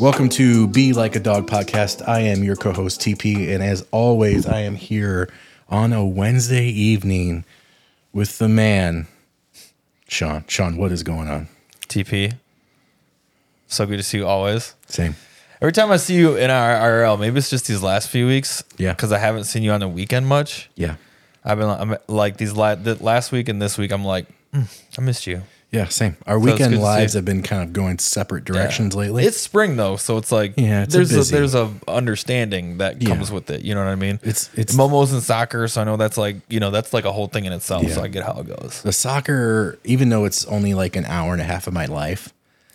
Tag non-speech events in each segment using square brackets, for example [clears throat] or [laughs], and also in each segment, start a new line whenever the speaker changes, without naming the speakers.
Welcome to Be Like a Dog podcast. I am your co host, TP, and as always, I am here on a Wednesday evening with the man, Sean. Sean, what is going on?
TP. So good to see you always.
Same.
Every time I see you in our IRL, maybe it's just these last few weeks.
Yeah.
Because I haven't seen you on the weekend much.
Yeah.
I've been I'm, like these la- the last week and this week. I'm like, "Mm, I missed you.
Yeah, same. Our
it's good
weekend
to see
lives
you.
have been kind of going separate directions lately.
It's spring though, so it's like
Yeah, it's a
there's a,
busy-
there's a understanding that
Yeah.
comes with it. You know what I mean?
It's- it's-
momos and soccer, so I know that's like you know that's like a whole thing in itself.
Yeah.
So I get how it goes.
the soccer, even though it's only like an hour and a half of my life,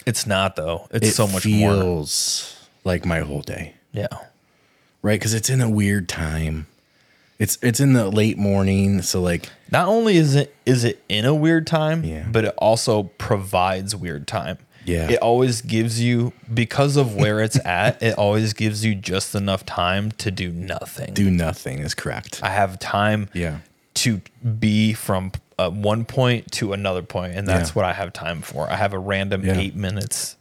It's not though. It's
it
so much more.
feels like my whole day.
Yeah.
right? Because it's in a weird time. It's it's in the late morning, so like
Not only is it is it in a weird time,
Yeah.
but it also provides weird time.
Yeah.
It always gives you because of where it's [laughs] at, it always gives you just enough time to do nothing.
do nothing is correct.
I have time
Yeah.
to be from uh, one point to another point, and that's
Yeah.
what I have time for. I have a random
Yeah. Mm-hmm.
eight minutes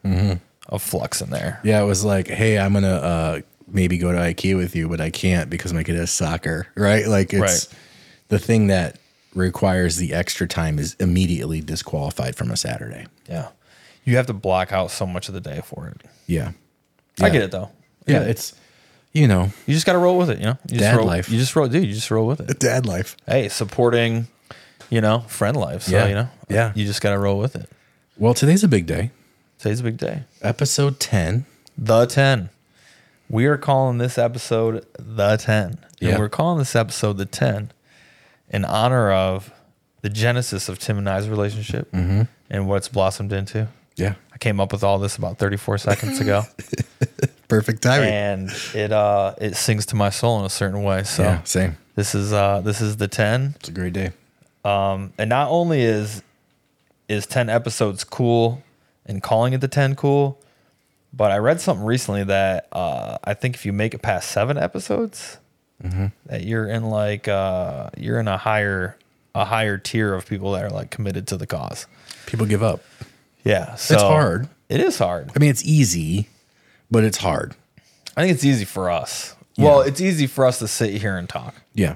of flux in there.
Yeah, it was like, hey, I'm gonna uh, maybe go to IKEA with you, but I can't because my kid has soccer, right? Like it's
Right.
the thing that requires the extra time is immediately disqualified from a Saturday.
Yeah. You have to block out so much of the day for it.
Yeah,
I
Yeah.
get it though. I
yeah,
get it.
it's you know
you just got to roll with it, you know? You
Dad
just roll,
life.
You just roll, dude. You just roll with it.
dad life.
hey, supporting, you know, friend life. So,
Yeah.
you know,
Yeah.
you just got to roll with it.
Well, today's a big day,
Today's a big day.
episode ten.
The 10. We are calling this episode The 10.
Yeah.
And we're calling this episode The 10 in honor of the genesis of Tim and I's relationship
Mm-hmm.
and what it's blossomed into.
Yeah,
I came up with all this about 34
[laughs]
seconds ago
perfect timing.
and it uh it sings to my soul in a certain way. So
yeah, same.
this is uh this is the 10.
It's a great day.
Um, and not only is is ten episodes cool and calling it the ten cool, but I read something recently that uh, I think if you make it past seven episodes,
Mm-hmm.
that you're in like uh, you're in a higher a higher tier of people that are like committed to the cause.
People give up.
Yeah, so
hard.
It is hard.
I mean, it's easy, but it's hard.
I think it's easy for us. Well, it's easy for us to sit here and talk.
Yeah.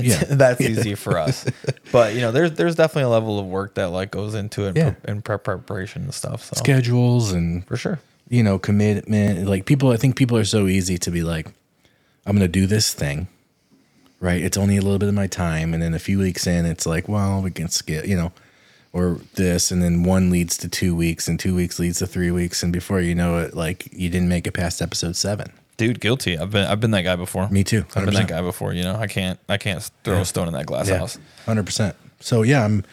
Yeah.
[laughs] that's easy for
[laughs]
us. But you know, there's there's definitely a level of work that like goes into it
Yeah.
in, pre- in prep preparation and stuff. So
Schedules and,
for sure,
you know, commitment. Like people, I think people are so easy to be like, I'm going to do this thing. Right. It's only a little bit of my time. And then a few weeks in, it's like, well, we can skip, you know, or this. And then one leads to two weeks and two weeks leads to three weeks. And before you know it, like you didn't make it past episode seven.
dude, guilty. I've been I've been that guy before.
Me too.
i have been that
100%.
guy before. You know, I can't I can't throw a stone in that glass house.
Hundred percent. So yeah, I'm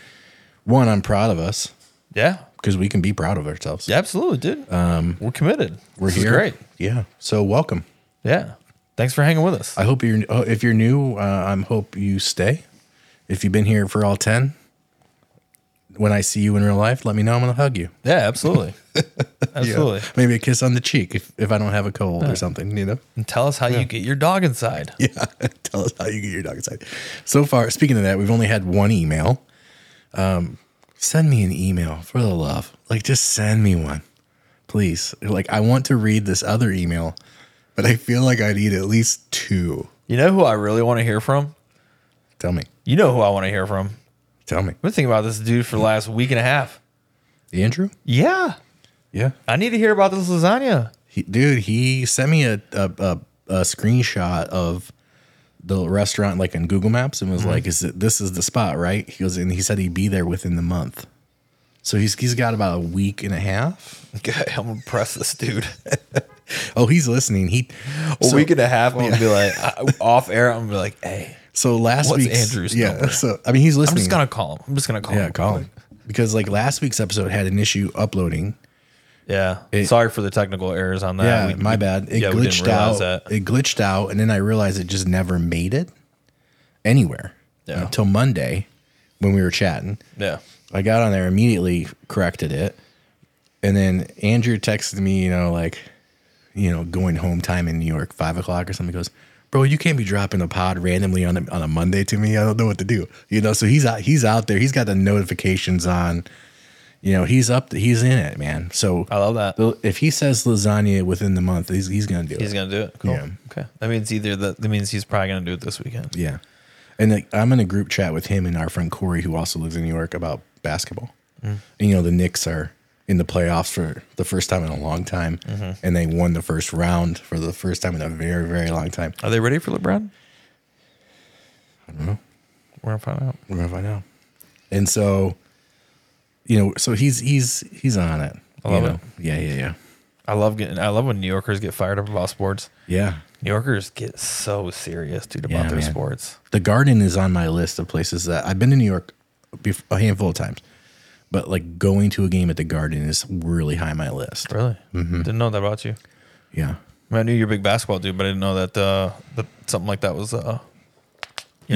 one, I'm proud of us
Yeah,
because we can be proud of ourselves.
yeah, absolutely, dude. Um, we're committed.
We're
This is
here.
great.
Yeah. So welcome.
Yeah, thanks for hanging with us.
I hope you're oh, if you're new, uh, I'm hope you stay. If you've been here for all 10, when I see you in real life, let me know I'm going to hug you.
[laughs] yeah, absolutely, absolutely.
Maybe a kiss on the cheek if, if I don't have a cold or something, you know. [laughs]
And tell us how you get your dog inside.
Yeah. Tell us how you get your dog inside. So far, speaking of that, we've only had one email. Um send me an email for the love. Like just send me one. Please. Like I want to read this other email, but I feel like I need at least two.
You know who I really want to hear from?
Tell me.
You know who I want to hear from? I've
Tell me.
been thinking about this dude for the last week and a half.
Andrew?
Yeah.
Yeah.
I need to hear about this lasagna.
He, dude, he sent me a, a, a, a screenshot of the restaurant like in Google Maps and was
Mm-hmm.
like, "Is it, this is the spot, right?" He goes and he said he'd be there within the month. So he's he's got about a week and a half.
I'm gonna press this dude.
Oh, he's listening. He
A
so,
week and a half. I'm gonna be [laughs] like I, off air. I'm gonna be like, hey,
so last
What's
week
Andrew's
yeah.
number?
So I mean, he's
I'm
listening.
just gonna call him. I'm just gonna call
Hmm. yeah,
him.
call him because like last week's episode had an issue uploading.
Yeah.
It-
Sorry for the technical errors on
Yeah,
that. Uh, We-
my
we-
bad. It
yeah, we didn't
glitched
realize
out.
That.
It glitched out, and then I realized it just never made it anywhere
Yeah.
until Monday when we were chatting.
Yeah.
I got on there immediately, corrected it, and then Andrew texted me, you know, like, you know, going home time in New York, five o'clock or something. He Goes, bro, you can't be dropping a pod randomly on a, on a Monday to me. I don't know what to do, you know. So he's out, he's out there. He's got the notifications on, You know, he's up. He's in it, man. So
I love that.
the- if he says lasagna within the month, he's he's gonna do it.
He's gonna do it. Cool.
Yeah.
Okay. That means either that, that means he's probably gonna do it this weekend.
Yeah. And like, I'm in a group chat with him and our friend Corey, who also lives in New York, about basketball.
Mm.
And, you know, the Knicks are in the playoffs for the first time in a long time.
Mm-hmm.
And they won the first round for the first time in a very, very long time.
Are they ready for LeBron? I don't
know.
We're gonna find out.
We're going to find out. And so, you know, so he's he's he's on it.
I love
you
it.
know? Yeah, yeah, yeah.
I love getting. I love when New Yorkers get fired up about sports.
Yeah.
New Yorkers get so serious, dude, about
Yeah,
their
man.
sports.
The garden is on my list of places that I've been to New York bef- a handful of times. But like going to a game at the garden is really high on my list.
Really?
Mm-hmm.
Didn't know that about you.
Yeah.
I, mean, I knew you're a big basketball dude, but I didn't know that uh, that something like that was, uh, you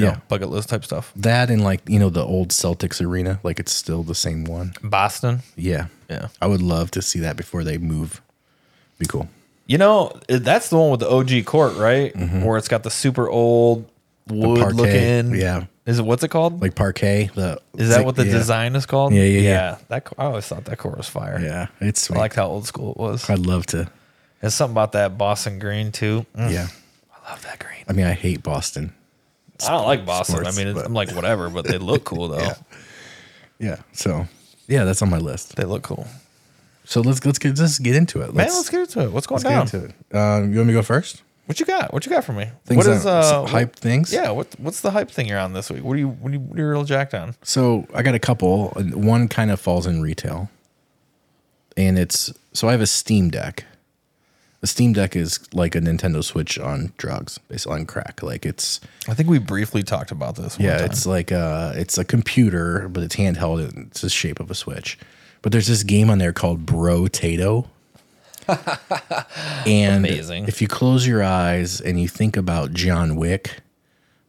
Yeah.
know, bucket list type stuff.
That and like, you know, the old Celtics arena, like it's still the same one.
Boston.
Yeah.
Yeah.
I would love to see that before they move. Be cool.
You know, it- that's the one with the OG court, right? Where it's got the super old wood
Mm-hmm. parquet,
looking.
yeah.
Is it what's it called?
Like parquet, the
is that what the
yeah.
design is called?
Yeah, yeah, yeah.
That co- I always thought that court was fire.
Yeah, it's
I
sweet.
liked how old school it was.
I'd love to.
There's something about that Boston green too. Mm,
Yeah.
I love that green.
I mean, I hate Boston.
I don't like Boston.
sports,
I mean, it's,
but-
I'm like whatever, but they look
[laughs]
cool though.
Yeah. So, yeah, that's on my list.
They look cool.
So let's let's get let's get into it.
Man, let's get into it. What's going
let's get
down?
into it. Um, you want me to go first?
What you got? What you got for me?
Things
what is
on-
uh
hype things?
Yeah. What What's the hype thing you're on this week? What are you What are you, what are you real jacked on?
So I got a couple. and One kind of falls in retail, and it's so I have a Steam Deck. A Steam Deck is like a Nintendo Switch on drugs, basically on crack. Like it's
I think we briefly talked about this. One
yeah,
time.
it's like a it's a computer, but it's handheld and it's the shape of a Switch. But there's this game on there called Bro
[laughs]
Tato. and
Amazing.
if you close your eyes and you think about John Wick,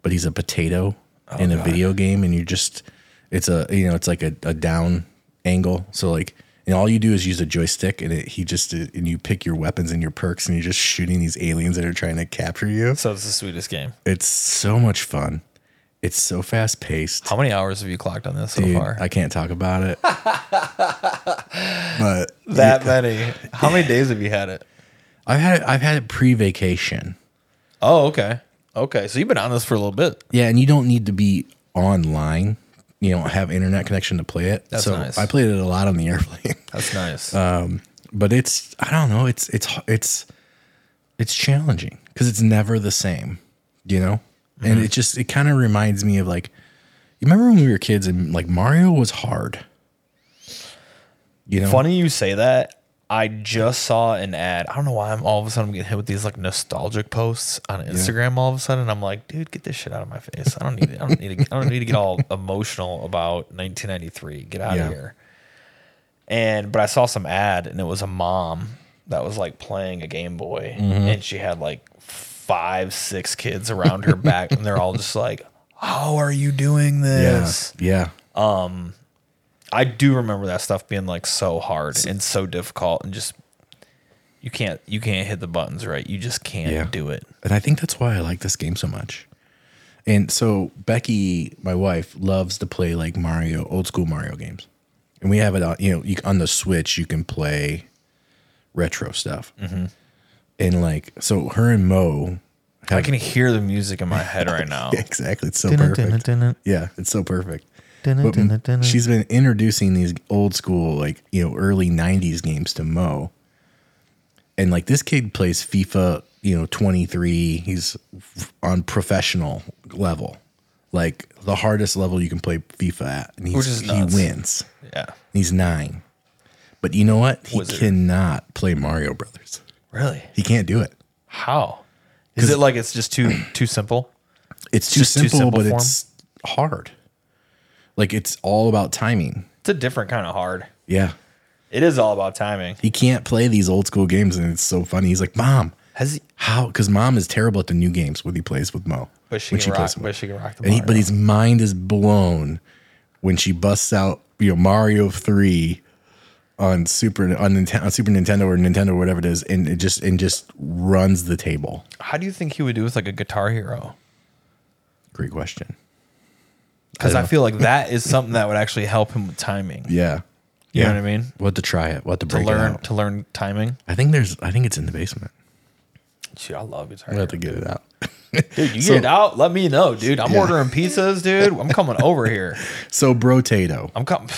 but he's a potato
Oh,
in a video game, and you just it's a you know it's like a, a down angle. So like and all you do is use a joystick, and it, he just uh, and you pick your weapons and your perks, and you're just shooting these aliens that are trying to capture you.
so it's the sweetest game.
It's so much fun. It's so fast paced.
How many hours have you clocked on this so
Dude,
far?
I can't talk about
[laughs]
it. but [laughs]
that many. How many days have you had it?
I've had it, I've had it pre vacation.
Oh, okay. Okay. So you've been on this for a little bit.
Yeah, and you don't need to be online. You don't have internet connection to play it.
That's
so
nice.
I played it a lot on the [laughs] airplane.
That's
Uh,
nice.
but it's I don't know. It's it's it's it's challenging because it's never the same, you know. And
Mm-hmm.
it just it kind of reminds me of like, you remember when we were kids and like Mario was hard. You know,
Funny you say that. I just saw an ad. I don't know why I'm all of a sudden I'm getting hit with these like nostalgic posts on Instagram all of a sudden. I'm like, dude, get this shit out of my face. I don't need it. I don't need to, I don't need to
[laughs]
get all emotional about 1993. Get out
Yeah.
of here. And but I saw some ad and it was a mom that was like playing a Game Boy
Mm-hmm.
and she had like five, six kids around her back and they're all just like, "How are you doing
yeah,
this?"
yeah.
I do remember that stuff being like so hard and so difficult and just you can't you can't hit the buttons right. You just can't
Yeah.
do it.
And I think that's why I like this game so much. And so Becky, my wife, loves to play like Mario, old school Mario games. And we have it on, you know, you, on the Switch, you can play retro stuff.
Mm-hmm.
And like, so her and Mo have
I can hear the music in my head
[laughs]
right now.
exactly. It's so perfect. Yeah, it's so perfect. But m- she's been introducing these old school, like, you know, early 90s games to Mo. And like this kid plays FIFA, you know, 23. He's f- on professional level, like the hardest level you can play FIFA at. And he's,
Which is
he
nuts.
wins.
Yeah.
He's nine. But you know what? He
Wizard.
cannot play Mario Brothers.
Really?
He can't do it.
How? Is it like it's just too too simple?
It's too,
Just too
simple,
simple
but
for him?
it's hard. Like it's all about timing.
It's a different kind of hard.
Yeah.
It is all about timing.
he can't play these old school games and it's so funny he's like mom
Has he
how because mom is terrible at the new games when he plays with mo
but she
when
can rock
plays with
but she can rock the
and he,
Mario.
but his mind is blown when she busts out you know mario 3 on super on, Nintendo, on super nintendo or nintendo or whatever it is and it just and just runs the table
How do you think he would do with like a guitar hero?
great question
Because I feel like that is something that would actually help him with timing.
yeah
You
Yeah.
know what I mean?
We'll have to try it. We'll have to
To
break it
learn
out.
to learn timing.
I think there's. I think it's in the basement.
Dude, I love guitar.
We'll have to get it out.
Dude, you
So-
get out. Let me know, dude. I'm
Yeah.
ordering pizzas, dude. I'm coming over
[laughs]
here.
So, Brotato.
I'm coming.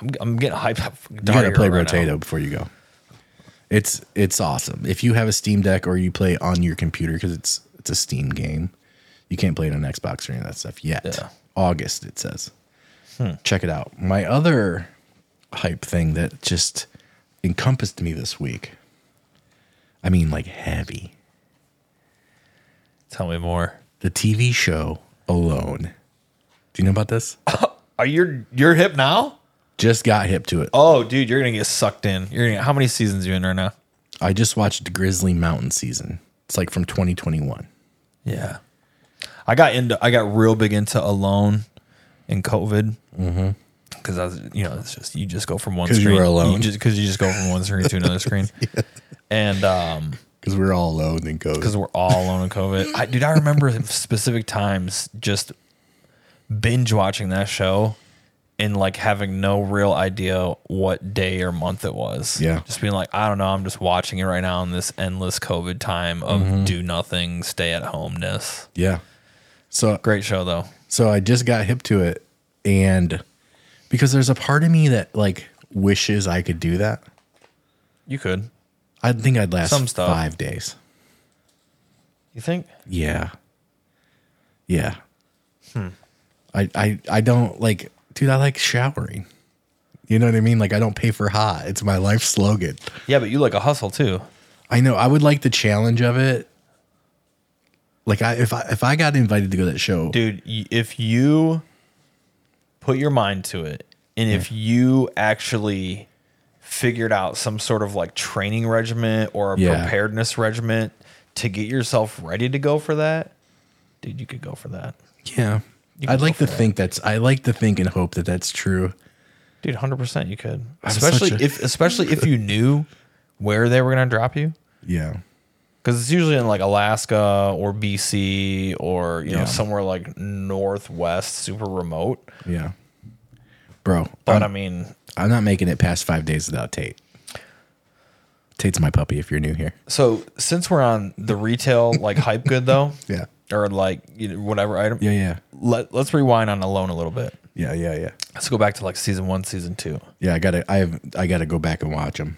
I'm, I'm getting hyped up. You
You gotta play Rotato before you go. It's it's awesome. If you have a Steam Deck or you play on your computer because it's it's a Steam game, you can't play it on Xbox or any of that stuff yet.
Yeah.
August it says. Check it out. My other hype thing that just encompassed me this week. I mean, like heavy.
Tell me more.
The TV show Alone. Do you know about this?
Are you you're hip now?
Just got hip to it.
Oh, dude, you're gonna get sucked in. You're gonna, how many seasons you in right now?
I just watched Grizzly Mountain season. It's like from 2021.
Yeah, I got into I got real big into Alone in COVID because I was you know it's just you just go from one
Mm-hmm. 'Cause you
screen
were alone.
because you just go from one screen
[laughs]
to another screen, and um
Because we're all alone in COVID.
because we're all alone in COVID. I, dude, I remember specific times just binge watching that show and like having no real idea what day or month it was.
Yeah.
Just being like, I don't know. I'm just watching it right now in this endless COVID time of do nothing, stay at homeness.
Yeah. So
Great show though.
so I just got hip to it and because there's a part of me that like wishes I could do that.
You could.
I think I'd last
Some stuff.
5 days.
You think?
Yeah. Yeah.
Hmm.
I I I don't like dude I like showering. You know what I mean? Like I don't pay for hot. It's my life slogan.
Yeah, but you like a hustle too.
I know I would like the challenge of it. Like I if I if I got invited to go to that show,
Dude, y- if you put your mind to it and if
Hmm.
you actually figured out some sort of like training regimen or a
Yeah.
preparedness regiment to get yourself ready to go for that, dude, you could go for that.
yeah. I'd
go
like to
for it.
think that's I like to think and hope that that's true.
Dude, 100% you could.
such
especially
a-
if especially if you knew where they were going to drop you.
Yeah.
Because it's usually in like Alaska or BC or you know
Yeah.
somewhere like northwest, super remote.
Yeah. Bro,
But
I'm,
I mean,
I'm not making it past five days without Tate. Tate's my puppy if you're new here.
So since we're on the retail like hype good though,
[laughs] Yeah.
or like you know, whatever item,
Yeah, yeah.
Let Let's rewind on alone a little bit.
Yeah, yeah, yeah.
Let's go back to like season one, season two.
Yeah, I gotta I have I gotta go back and watch them.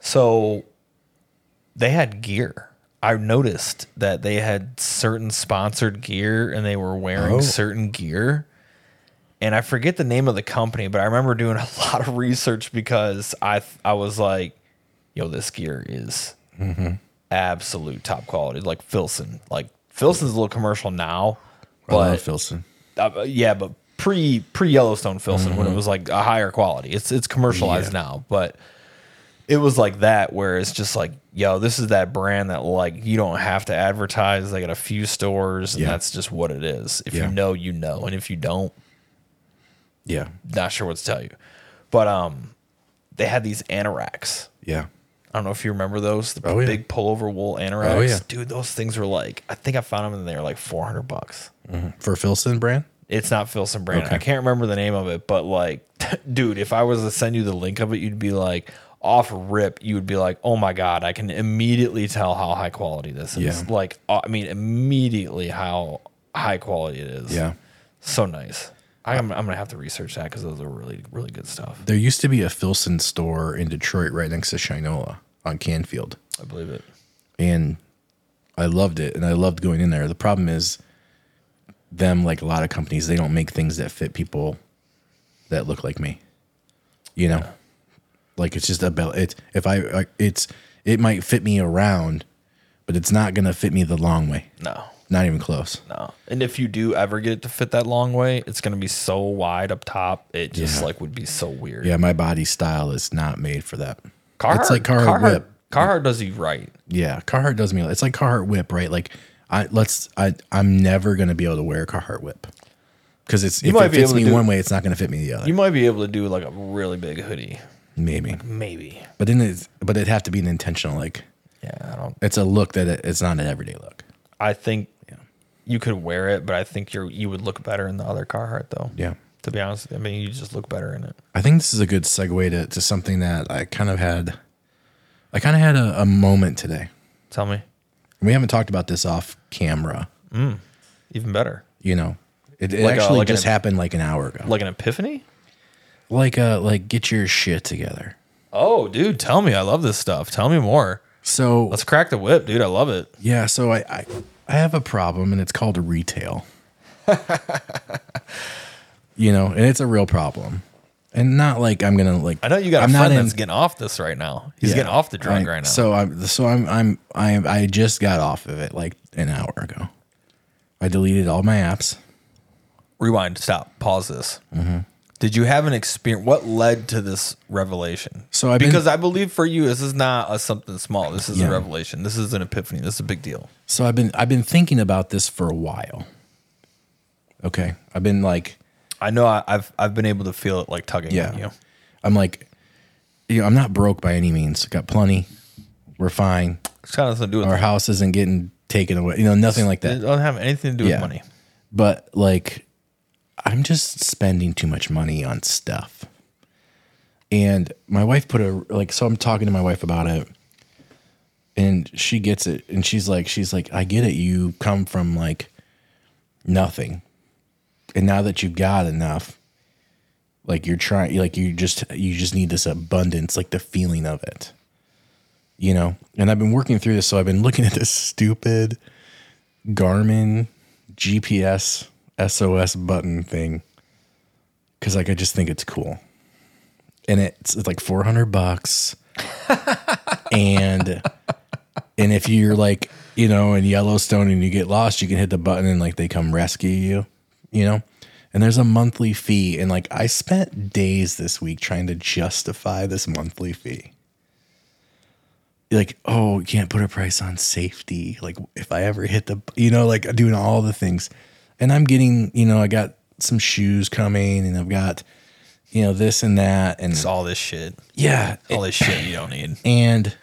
So they had gear. I noticed that they had certain sponsored gear and they were wearing
Oh.
certain gear. And I forget the name of the company, but I remember doing a [laughs] lot of research because I th- I was like, yo, this gear is
Mm-hmm.
absolute top quality. Like Filson. Like Filson's a little commercial now.
I love
But
Filson.
uh, yeah, but pre pre Yellowstone Filson
Mm-hmm.
when it was like a higher quality. It's it's commercialized now, but it was like that where it's just like, yo, this is that brand that like you don't have to advertise. They got a few stores, and
Yeah.
that's just what it is. If
Yeah.
you know, you know, and if you don't,
Yeah.
not sure what to tell you. But um, they had these anoraks.
Yeah.
I don't know if you remember those, the
Oh, yeah.
big pullover wool anoraks.
Oh, yeah.
Dude, those things were like, I think I found them and they were like 400 bucks.
For Filson brand?
It's not Filson brand.
Okay.
I can't remember the name of it, but like, [laughs] dude, if I was to send you the link of it, you'd be like, off rip, you would be like, oh my God, I can immediately tell how high quality this is.
Yeah.
Like, uh, I mean, immediately how high quality it is.
Yeah.
So nice. I'm, I'm going to have to research that because those are really, really good stuff.
There used to be a Filson store in Detroit right next to Shinola on Canfield.
I believe it.
and I loved it and I loved going in there. The problem is them like a lot of companies, they don't make things that fit people that look like me. You know? Like it's just about it's if I like, it's it might fit me around, but it's not going to fit me the long way.
No,
Not even close.
no. And if you do ever get it to fit that long way, it's going to be so wide up top. It just like would be so weird.
Yeah, my body style is not made for that.
Carhartt,
it's like Carhartt, whip.
Carhartt does you right.
Yeah, Carhartt does me. It's like Carhartt whip, right? Like I let's I I'm never gonna be able to wear a Carhartt whip because it's if
might
it
be
fits
able to
me
do-
one way, it's not gonna fit me the other.
You might be able to do like a really big hoodie.
Maybe,
Maybe.
but then it's but it'd have to be an intentional like
Yeah, I don't.
it's a look that it, it's not an everyday look.
I think you could wear it, but I think you're you would look better in the other Carhartt though.
Yeah,
To be honest, I mean, you just look better in it.
I think this is a good segue to, to something that I kind of had. I kind of had a, a moment today.
Tell me,
We haven't talked about this off camera.
even better,
You know, it, it
Like a-
actually
like an-
just happened like an hour ago.
like an epiphany.
Like, uh, like get your shit together.
Oh, dude, tell me. I love this stuff. Tell me more.
So
Let's crack the whip, dude. I love it.
yeah, so I, I I have a problem, and it's called
[laughs]
retail. you know, and it's a real problem, and not like I'm gonna like.
I know you got
I'm
a
not
friend
in-
that's getting off this right now. He's
Yeah.
getting off the drug
I-
right now.
So I'm so I'm I'm I am I just got off of it like an hour ago. I deleted all my apps.
rewind, stop, pause this. Did you have an experience? What led to this revelation?
So I've been-
because I believe for you, this is not a something small. This is
Yeah.
a revelation. This is an epiphany. This is a big deal.
So I've been I've been thinking about this for a while. Okay. I've been like
I know I, I've I've been able to feel it like tugging
yeah.
on you.
I'm like you know, I'm not broke by any means. Got plenty. We're fine.
It's got nothing to do with.
Our house isn't getting taken away. You know, nothing like
it
that.
doesn't have anything to do
Yeah.
with money.
But like I'm just spending too much money on stuff. And my wife put a like so I'm talking to my wife about it. and she gets it and she's like she's like i get it you come from like nothing and now that you've got enough like you're trying like you just you just need this abundance like the feeling of it you know and i've been working through this so i've been looking at this stupid garmin gps sos button thing because like i just think it's cool and it's, it's like 400 bucks and and if you're like you know in Yellowstone and you get lost, you can hit the button and like they come rescue you, you know. And there's a monthly fee, and like I spent days this week trying to justify this monthly fee. Like, oh, you can't put a price on safety. Like, if I ever hit the, bu- you know, like doing all the things, and I'm getting, you know, I got some shoes coming, and I've got, you know, this and that, and
It's all this shit.
yeah,
All this shit you
[laughs]
don't need.
and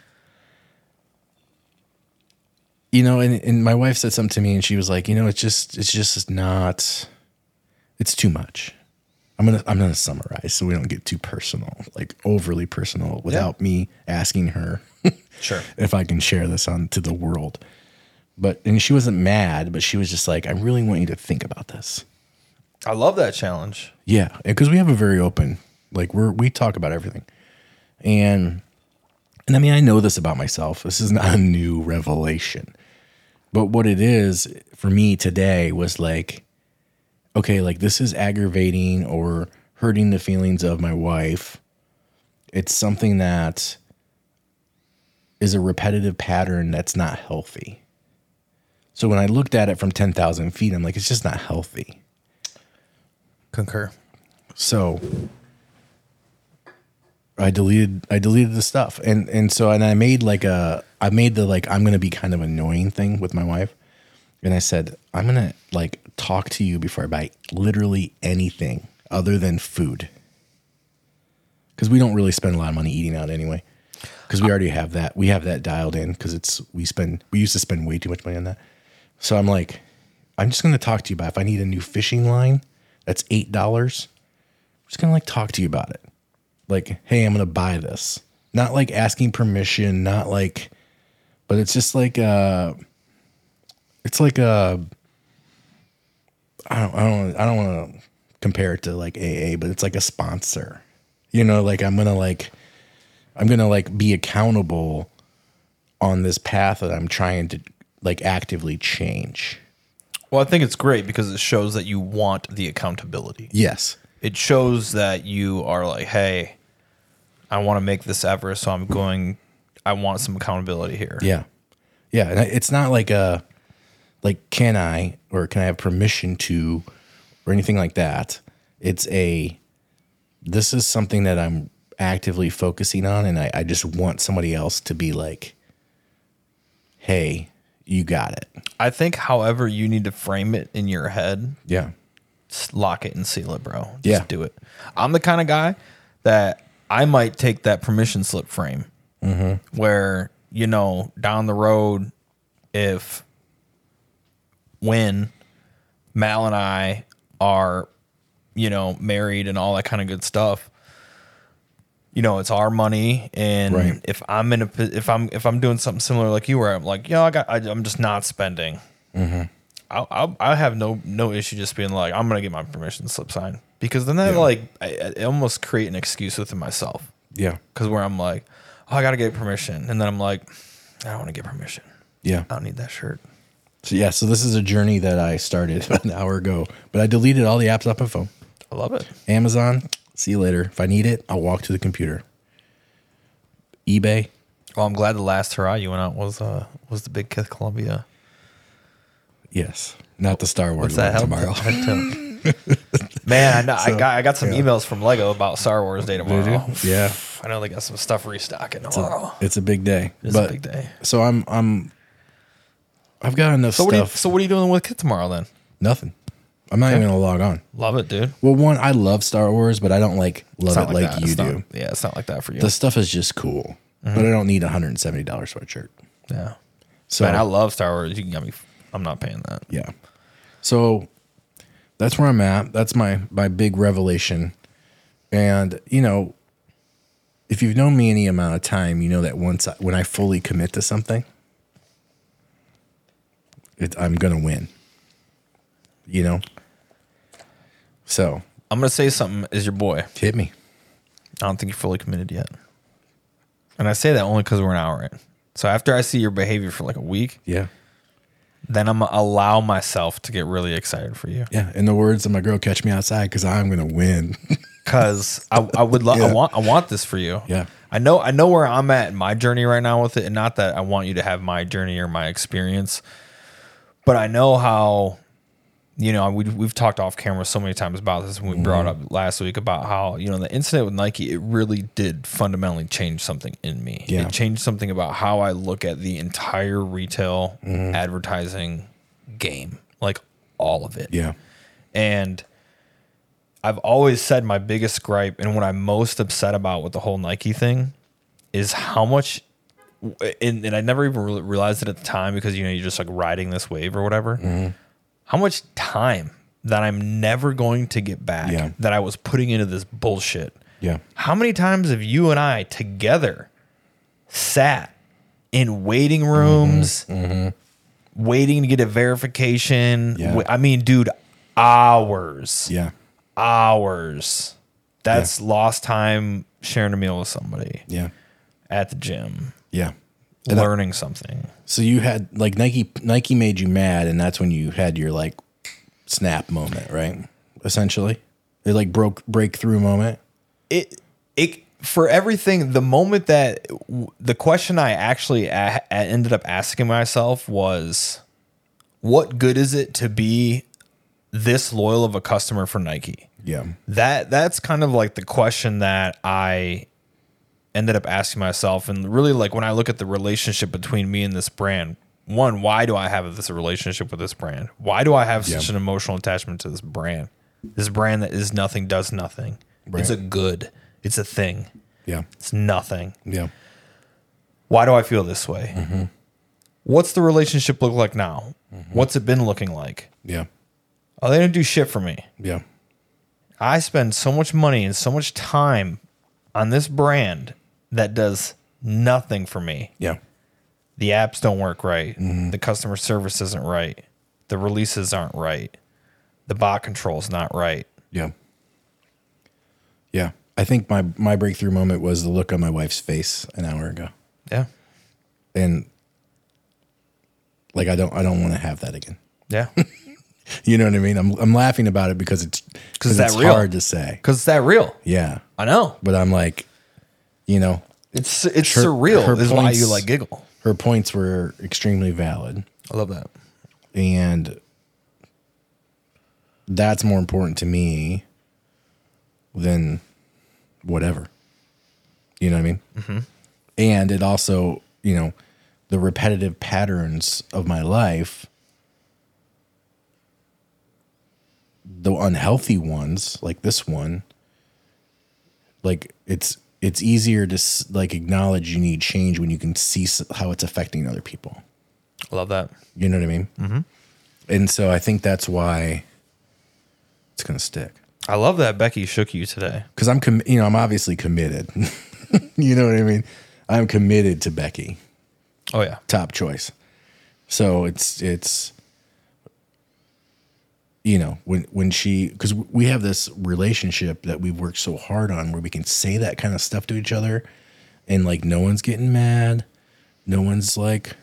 you know and, and my wife said something to me and she was like you know it's just it's just not it's too much i'm gonna i'm gonna summarize so we don't get too personal like overly personal without me asking her [laughs]
Sure.
if i can share this on to the world but and she wasn't mad but she was just like i really want you to think about this
I love that challenge.
yeah, because we have a very open, like we're we talk about everything, and and I mean I know this about myself. This is [laughs] not a new revelation, but what it is for me today was like, okay, like this is aggravating or hurting the feelings of my wife. It's something that is a repetitive pattern that's not healthy. So when I looked at it from ten thousand feet, I'm like, it's just not healthy.
Concur.
So I deleted I deleted the stuff and and so and I made like a I made the like I'm gonna be kind of annoying thing with my wife. And I said, I'm gonna like talk to you before I buy literally anything other than food. Cause we don't really spend a lot of money eating out anyway. Cause we already have that. We have that dialed in because it's we spend we used to spend way too much money on that. So I'm like, I'm just gonna talk to you about if I need a new fishing line that's eight dollars. I'm just gonna like talk to you about it. Like, hey, I'm gonna buy this. Not like asking permission, not like but it's just like uh it's like uh I don't I don't I don't wanna compare it to like AA, but it's like a sponsor. You know, like I'm gonna like I'm gonna like be accountable on this path that I'm trying to like actively change.
Well, I think it's great because it shows that you want the accountability.
Yes.
it shows that you are like, hey, I want to make this effort, so I'm going. I want some accountability here.
Yeah. Yeah. And I- it's not like a, like, can I or can I have permission to or anything like that? It's a, this is something that I'm actively focusing on. And I, I just want somebody else to be like, hey, you got it.
I think, however, you need to frame it in your head,
Yeah.
just lock it and seal it, bro. Just
Yeah.
do it. I'm the kind of guy that I might take that permission slip frame,
Mm-hmm.
where you know down the road, if when Mal and I are you know, married and all that kind of good stuff. You know, it's our money, and
Right.
if I'm in a po- if I'm if I'm doing something similar like you were, I'm like, you know, I got I, I'm just not spending.
Mm-hmm.
I'll, I'll I have no no issue just being like I'm gonna get my permission slip signed because then that
Yeah.
like I, I almost create an excuse within myself
Yeah.
because where I'm like, oh, I gotta get permission, and then I'm like, I don't want to get permission.
Yeah.
I don't need that shirt.
So yeah, so this is a journey that I started [laughs] an hour ago, but I deleted all the apps off my phone.
I love it.
Amazon, see you later. If I need it, I'll walk to the computer. eBay,
Well, I'm glad the last hurrah you went out was uh was the Big Kith Columbia.
yes, not the Star Wars
What's that
one
help? [laughs]
tomorrow.
help to- Man, I, know, I got I got some emails from Lego about Star Wars Day tomorrow.
Yeah,
I know they got some stuff restocking tomorrow.
it's a big day.
Oh. It's a big day.
So I'm I'm I've got enough
So what, are you,
stuff.
so what are you doing with Kit tomorrow then?
Nothing. I'm not even gonna log on.
Love it, dude.
Well, one, I love Star Wars, but I don't like love
It's
it
not
like,
that.
you
It's not- Mm-hmm.
do.
yeah, it's not like that for you.
The stuff is just cool, but I don't need a hundred and seventy dollars for a shirt.
yeah.
So
Man, I love Star Wars. You can get me. I'm not paying that.
Yeah. So that's where I'm at. That's my my big revelation. And you know, if you've known me any amount of time, you know that once I, when I fully commit to something, it, I'm gonna win. You know. So
I'm gonna say something. Is your boy? I
hit me.
don't think you're fully committed yet. And I say that only because we're an hour in. So after I see your behavior for like a week,
Yeah.
then I'm gonna allow myself to get really excited for you.
Yeah. In the words of my girl, catch me outside because I'm gonna win.
Cause I, I would love
Yeah.
I want I want this for you.
Yeah.
I know I know where I'm at in my journey right now with it, and not that I want you to have my journey or my experience, but I know how you know, we we've talked off camera so many times about this when we brought
Mm-hmm.
up last week about how, you know, the incident with Nike, it really did fundamentally change something in me.
Yeah.
It changed something about how I look at the entire retail
Mm-hmm.
advertising game. Like all of it.
yeah.
And I've always said my biggest gripe and what I'm most upset about with the whole Nike thing is how much, and, and I never even re- realized it at the time because you know you're just like riding this wave or whatever. How much time that I'm never going to get back
Yeah.
that I was putting into this bullshit.
Yeah.
How many times have you and I together sat in
Mm-hmm.
waiting rooms, waiting to get a verification?
Yeah.
Wa- I mean, dude, hours,
[laughs] Yeah.
hours. That's lost time sharing a meal with somebody
Yeah.
at the gym,
Yeah.
learning something.
So you had like Nike Nike made you mad and that's when you had your like snap moment, right? Essentially. It like broke breakthrough moment.
It, it for everything. The moment that w- the question I actually a- a- ended up asking myself was, "What good is it to be this loyal of a customer for Nike?"
Yeah.
that that's kind of like the question that I ended up asking myself and really like when I look at the relationship between me and this brand one why do I have this relationship with this brand why do I have such
Yeah.
an emotional attachment to this brand this brand that is nothing does nothing it's a
Right.
good it's a thing
Yeah.
it's nothing
Yeah.
why do I feel this way
Mm-hmm.
what's the relationship look like now what's it been looking like
Yeah.
oh they didn't do shit for me
Yeah.
I spend so much money and so much time on this brand that does nothing for me.
Yeah.
The apps don't work right. The customer service isn't right. The releases aren't right. The bot control's not right.
Yeah. Yeah. I think my my breakthrough moment was the look on my wife's face an hour ago.
Yeah.
And like I don't I don't want to have that again.
[laughs] Yeah.
You know what I mean? I'm I'm laughing about it because it's because
that
it's
real?
hard to say.
Cuz it's that real.
Yeah.
I know.
But I'm like, you know,
It's it's
Her-
surreal
her
is why
points-
you like giggle.
her points were extremely valid.
I love that.
and that's more important to me than whatever you know what i mean mm-hmm. and it also you know the repetitive patterns of my life the unhealthy ones like this one like it's it's easier to s- like acknowledge you need change when you can see s- how it's affecting other people
I love that.
you know what I mean? Mm-hmm. And so I think that's why it's going to stick.
I love that Becky shook you today.
because I'm com- you know I'm obviously committed. [laughs] you know what I mean? I'm committed to Becky,
Oh yeah.
top choice. So it's it's you know when when she because we have this relationship that we've worked so hard on where we can say that kind of stuff to each other, and like no one's getting mad, no one's like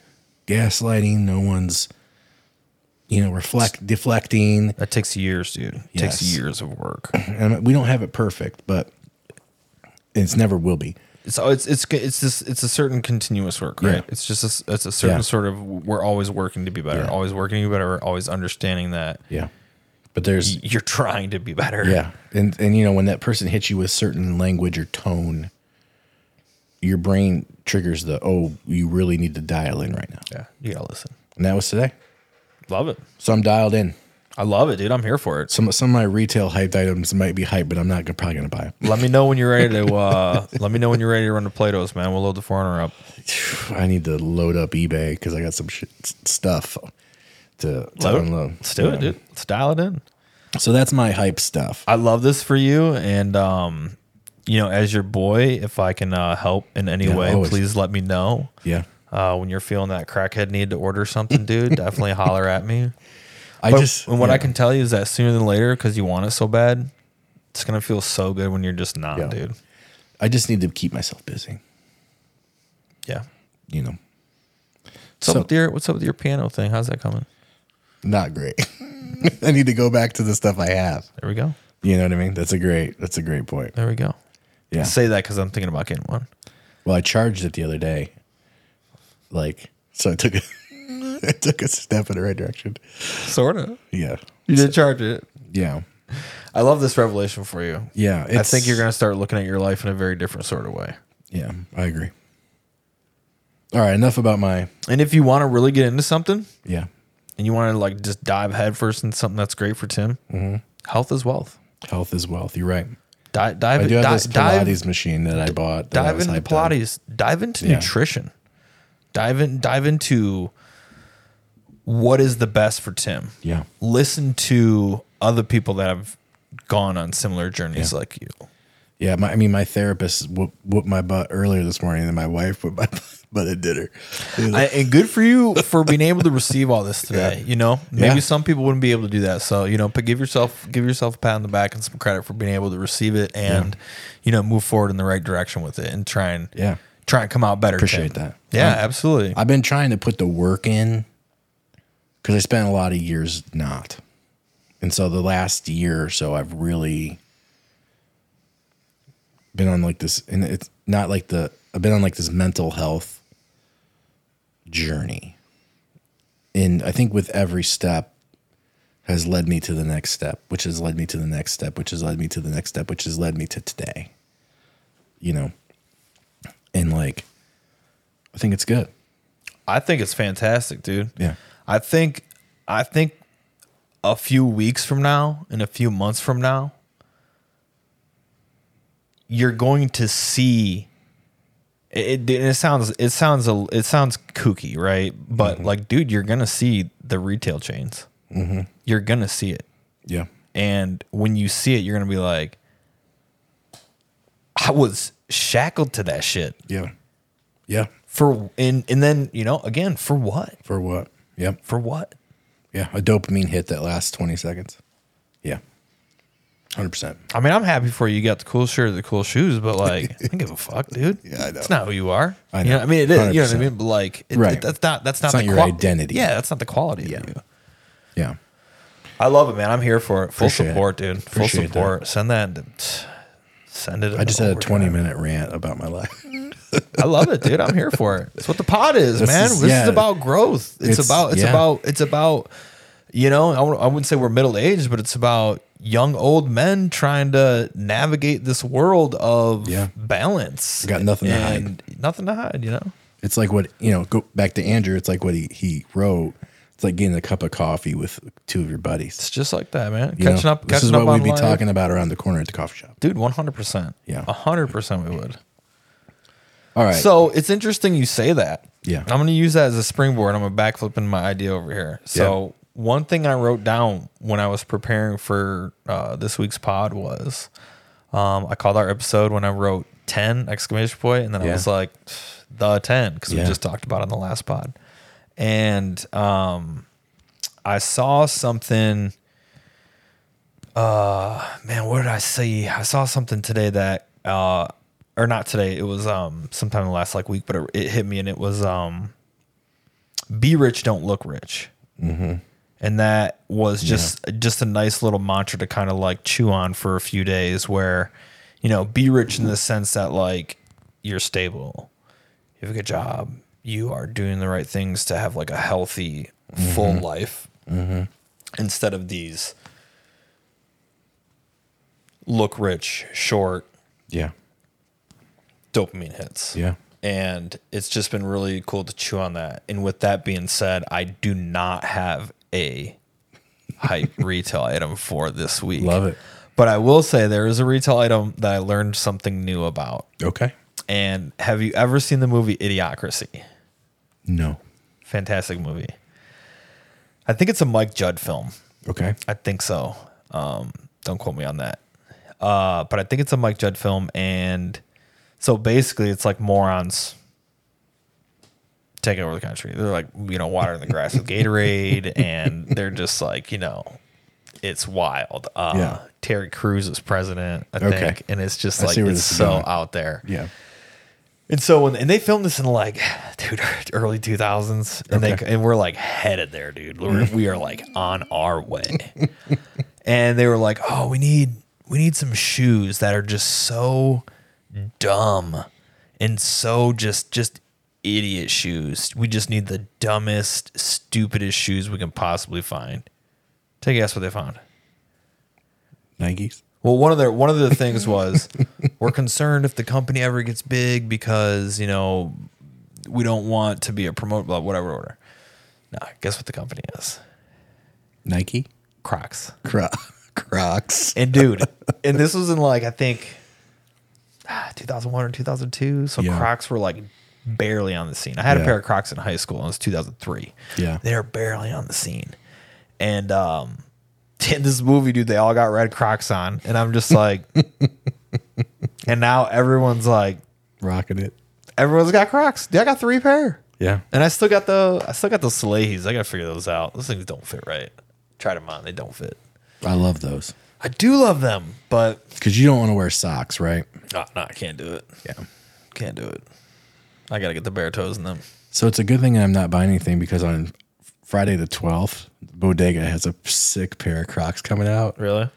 gaslighting, no one's you know reflect deflecting.
That takes years, dude. It Takes
Yes.
years of work.
And we don't have it perfect, but it's never will be.
So it's it's it's this it's a certain continuous work, right?
Yeah.
It's just a, s- it's a certain
Yeah.
sort of we're always working to be better,
Yeah.
always working to be better, always understanding that
Yeah. But there's
you're trying to be better.
yeah. And and you know when that person hits you with certain language or tone your brain triggers the oh you really need to dial in right now.
yeah. You gotta listen.
And that was today.
Love it.
So I'm dialed in.
I love it, dude. I'm here for it.
Some some of my retail hyped items might be hyped but I'm not gonna, probably going to buy them.
Let me know when you're ready
[laughs]
to. Uh, let me know when you're ready to run to Plato's, man. We'll load the foreigner up.
[sighs] I need to load up eBay cuz I got some shit, s- stuff to, to unload.
Let's do
Yeah.
it, dude. Let's dial it in.
So that's my hype stuff.
I love this for you, and um, you know, as your boy, if I can uh, help in any
Yeah,
way,
always.
please let me know.
Yeah.
Uh, when you're feeling that crackhead need to order something, dude, definitely holler at me.
[laughs] I
But
just
and what
yeah.
I can tell you is that sooner than later, because you want it so bad, it's gonna feel so good when you're just not,
Yeah.
dude.
I just need to keep myself busy,
Yeah.
you know.
What's up
So-
with your What's up with your piano thing? How's that coming?
Not great. [laughs] I need to go back to the stuff I have.
There we go.
You know what I mean? That's a great. That's a great point.
There we go.
Yeah.
Say that because I'm thinking about getting one.
Well, I charged it the other day. Like, so I took a, [laughs] I took a step in the right direction.
Sort of.
Yeah.
You did charge it.
Yeah.
I love this revelation for you.
Yeah.
I think
it's-
you're going to start looking at your life in a very different sort of way.
Yeah, I agree. All right. Enough about my.
And if you want to really get into something
Yeah.
and you want to like just dive headfirst into something that's great for Tim,
Mm-hmm.
health is wealth.
Health is wealth. You're right.
Di- dive
I do have
di-
this
dive,
Pilates machine that I bought. that I
dive
was
into
hyped on.
Pilates. Dive into
Yeah.
nutrition. Dive in. Dive into what is the best for Tim.
Yeah.
Listen to other people that have gone on similar journeys like you.
Yeah, my, I mean, my therapist whoop, whooped my butt earlier this morning, and my wife whooped my [laughs] butt at dinner. It was
I,
like,
and good for you for being able to receive all this today. You know,
[laughs]
maybe
Yeah.
some people wouldn't be able to do that. So you know, but give yourself give yourself a pat on the back and some credit for being able to receive it and you know move forward in the right direction with it and try and
Yeah.
try and come out better. Tim.
Appreciate that.
Yeah, absolutely.
I've been trying to put the work in because I spent a lot of years not, and so the last year or so, I've really been on like this, and it's not like the I've been on like this mental health journey, and I think with every step has led me to the next step, which has led me to the next step, which has led me to the next step, which has led me to today. You know, and like, I think it's good.
I think it's fantastic, dude.
Yeah.
I think I think a few weeks from now and a few months from now you're going to see it, it, it sounds it sounds a, it sounds kooky, right? But like dude, you're going to see the retail chains. You're going to see it.
Yeah.
And when you see it, you're going to be like I was shackled to that shit
Yeah. Yeah.
for and and then, you know, again, for what?
For what? Yep.
For what?
Yeah. A dopamine hit that lasts 20 seconds. Yeah. 100%.
I mean, I'm happy for you. You got the cool shirt, the cool
[laughs]
shoes, but like, I don't give a fuck, dude.
Yeah, I know.
It's not who you are.
I
You
know.
I mean, it is. You know what I
100%.
mean? But like, it,
Right.
it- that's not that's not,
It's not your identity.
Yeah, that's not the quality of you.
Yeah.
I love it, man. I'm here for it. Full
Appreciate it.
support, dude. Full
Appreciate that.
support. Send that. to- Send it.
I just had a 20 minute rant about my life. [laughs]
I love it, dude. I'm here for it. It's what the pod is,
This
man.
is-
this is
yeah.
about growth. It's,
It's-
about. It's
yeah.
about. It's about. You know, I w- I wouldn't say we're middle aged, but it's about young old men trying to navigate this world of
Yeah.
balance.
Got nothing to hide.
and Nothing to hide. You know.
It's like what, you know, go back to Andrew. It's like what he, he wrote. It's like getting a cup of coffee with two of your buddies.
It's just like that, man.
You know,
catching up.
This
Catching
is
up
what
on
we'd be
life.
talking about around the corner at the coffee shop.
dude. One hundred percent.
Yeah.
hundred percent. We would.
All right.
So it's interesting you say that.
Yeah.
I'm going to use that as a springboard. I'm going to backflip in my idea over here. So one thing I wrote down when I was preparing for uh, this week's pod was um, I called our episode when I wrote 10 exclamation point, and then I
Yeah.
was like, the 10, because
Yeah.
we just talked about it on the last pod. And um, I saw something. Uh, man, what did I see? I saw something today that, uh, or not today. It was um sometime in the last like week, but it, it hit me, and it was um, be rich, don't look rich and that was just just a nice little mantra to kind of like chew on for a few days where you know be rich in the sense that like you're stable you have a good job you are doing the right things to have like a healthy
Mm-hmm.
full life instead of these look rich short
Yeah.
dopamine hits
Yeah.
and it's just been really cool to chew on that. And with that being said, I do not have a
[laughs]
hype retail item for this week.
Love it.
But I will say there is a retail item that I learned something new about.
Okay.
And have you ever seen the movie Idiocracy?
No.
Fantastic movie. I think it's a Mike Judd film.
Okay.
I think so. Um, don't quote me on that. Uh, but I think it's a Mike Judd film, and so basically, it's like morons take over the country. They're like, you know, watering the
[laughs]
grass with Gatorade, and they're just like, you know, it's wild. Uh,
Yeah.
Terry Crews is president, I
Okay.
think, and it's just
I
like
see where
it's
this is
so
going.
out there.
Yeah.
And so when and they filmed this in like [sighs] dude early two thousands, and
Okay.
they and we're like headed there, dude. We're, we are like on our way. and they were like, oh, we need we need some shoes that are just so dumb and so just just idiot shoes. We just need the dumbest, stupidest shoes we can possibly find. Take a guess what they found.
Nikes.
Well, one of their one of the things was we're concerned if the company ever gets big because you know we don't want to be a promote blah whatever order. Nah, guess what the company is?
Nike.
Crocs.
Cro- [laughs] Crocs.
And dude, and this was in like I think ah, 2001 or 2002, so
Yeah.
Crocs were like barely on the scene. I had a
Yeah.
pair of Crocs in high school, and it was 2003.
Yeah.
they were barely on the scene, and um, [laughs] in this movie, dude, they all got red Crocs on, and I'm
[laughs]
just like, and now everyone's like,
Rocking it.
everyone's got Crocs. Dude, I got three pair,
Yeah.
and I still got the I still got the Salehis. I gotta figure those out. Those things don't fit right. Tried them on, they don't fit.
I love those
I do love them, but
because you don't want to wear socks, right?
No, no, I can't do it.
Yeah.
Can't do it. I gotta get the bare toes in them.
So it's a good thing I'm not buying anything because on Friday the 12th, Bodega has a sick pair of Crocs coming out
Really?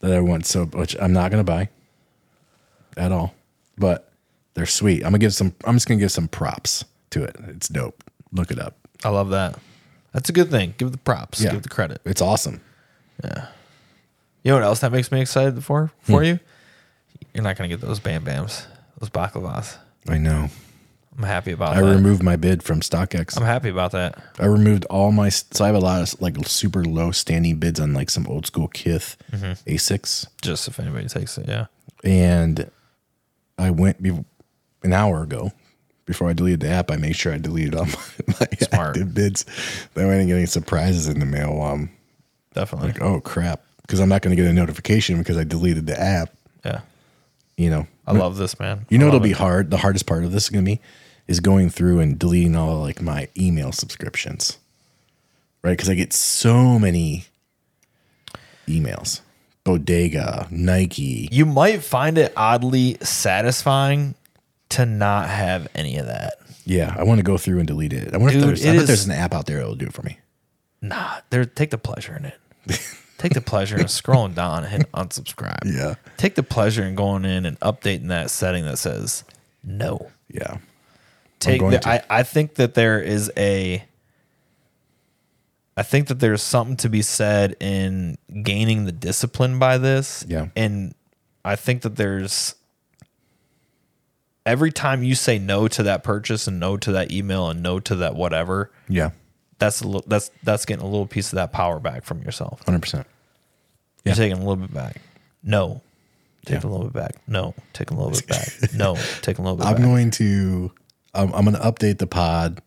that I want so which I'm not going to buy at all. But they're sweet. I'm going to give some I'm just going to give some props to it. It's dope. Look it up.
I love that. That's a good thing. Give the props.
Yeah.
Give the credit.
It's awesome.
You know what else that makes me excited for
Hmm.
for you? You're not gonna get those bam bams, those baklavas.
I know.
I'm happy about
I
that.
removed my bid from StockX.
I'm happy about that.
I removed all my so I have a lot of like super low standing bids on like some old school Kith
Mm-hmm.
Asics,
Just if anybody takes it, yeah.
and I went be- an hour ago before I deleted the app. I made sure I deleted all [laughs] my, my
Smart.
active bids. That way I didn't get any surprises in the mail. Um,
Definitely.
like oh crap, because I'm not going to get a notification because I deleted the app.
yeah.
You know,
I love this man.
mm. you know
I
it'll
love
be
it.
hard. The hardest part of this is going to be is going through and deleting all like my email subscriptions, right? Because I get so many emails. Bodega, Nike.
You might find it oddly satisfying to not have any of that.
Yeah, I want to go through and delete it. I wonder
Dude,
if there's.
it
I bet
is-
there's an app out there that'll do it for me.
Nah, there. Take the pleasure in it. take the pleasure in scrolling down and hitting unsubscribe.
Yeah.
Take the pleasure in going in and updating that setting that says no.
Yeah,
Take.
going
The,
to.
I I think that there is a. I think that there's something to be said in gaining the discipline by this.
Yeah.
And I think that there's every time you say no to that purchase and no to that email and no to that whatever,
yeah,
that's a little, that's that's getting a little piece of that power back from yourself.
hundred percent.
You're
Yeah.
taking a little bit back. No. Take
Yeah.
a little bit back. No. Take a little
[laughs]
bit back. No. Take a little bit
I'm
back.
going to. I'm, I'm going to update the pod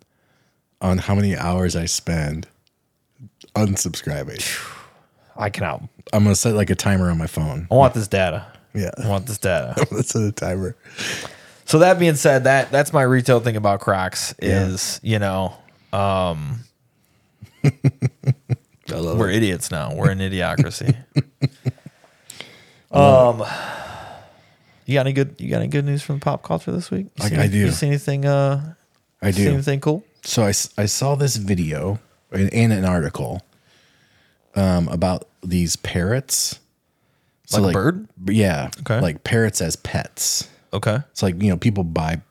on how many hours I spend unsubscribing.
I cannot.
I'm gonna set like a timer on my phone.
I want this data.
Yeah, [laughs]
I want this data.
I'm gonna set a timer.
So that being said, that that's my retail thing about Crocs is you know
I love
we're idiots now. We're
[laughs]
an idiocracy. um, you got any good you got any good news from pop culture this week? You
I-
see
I
any-
do.
You see anything? Uh,
I
see
do.
anything cool?
So I, s- I saw this video and, and an article um, about these parrots. So
Like a bird?
Yeah.
Okay.
Like parrots as pets.
Okay.
It's like, you know, people buy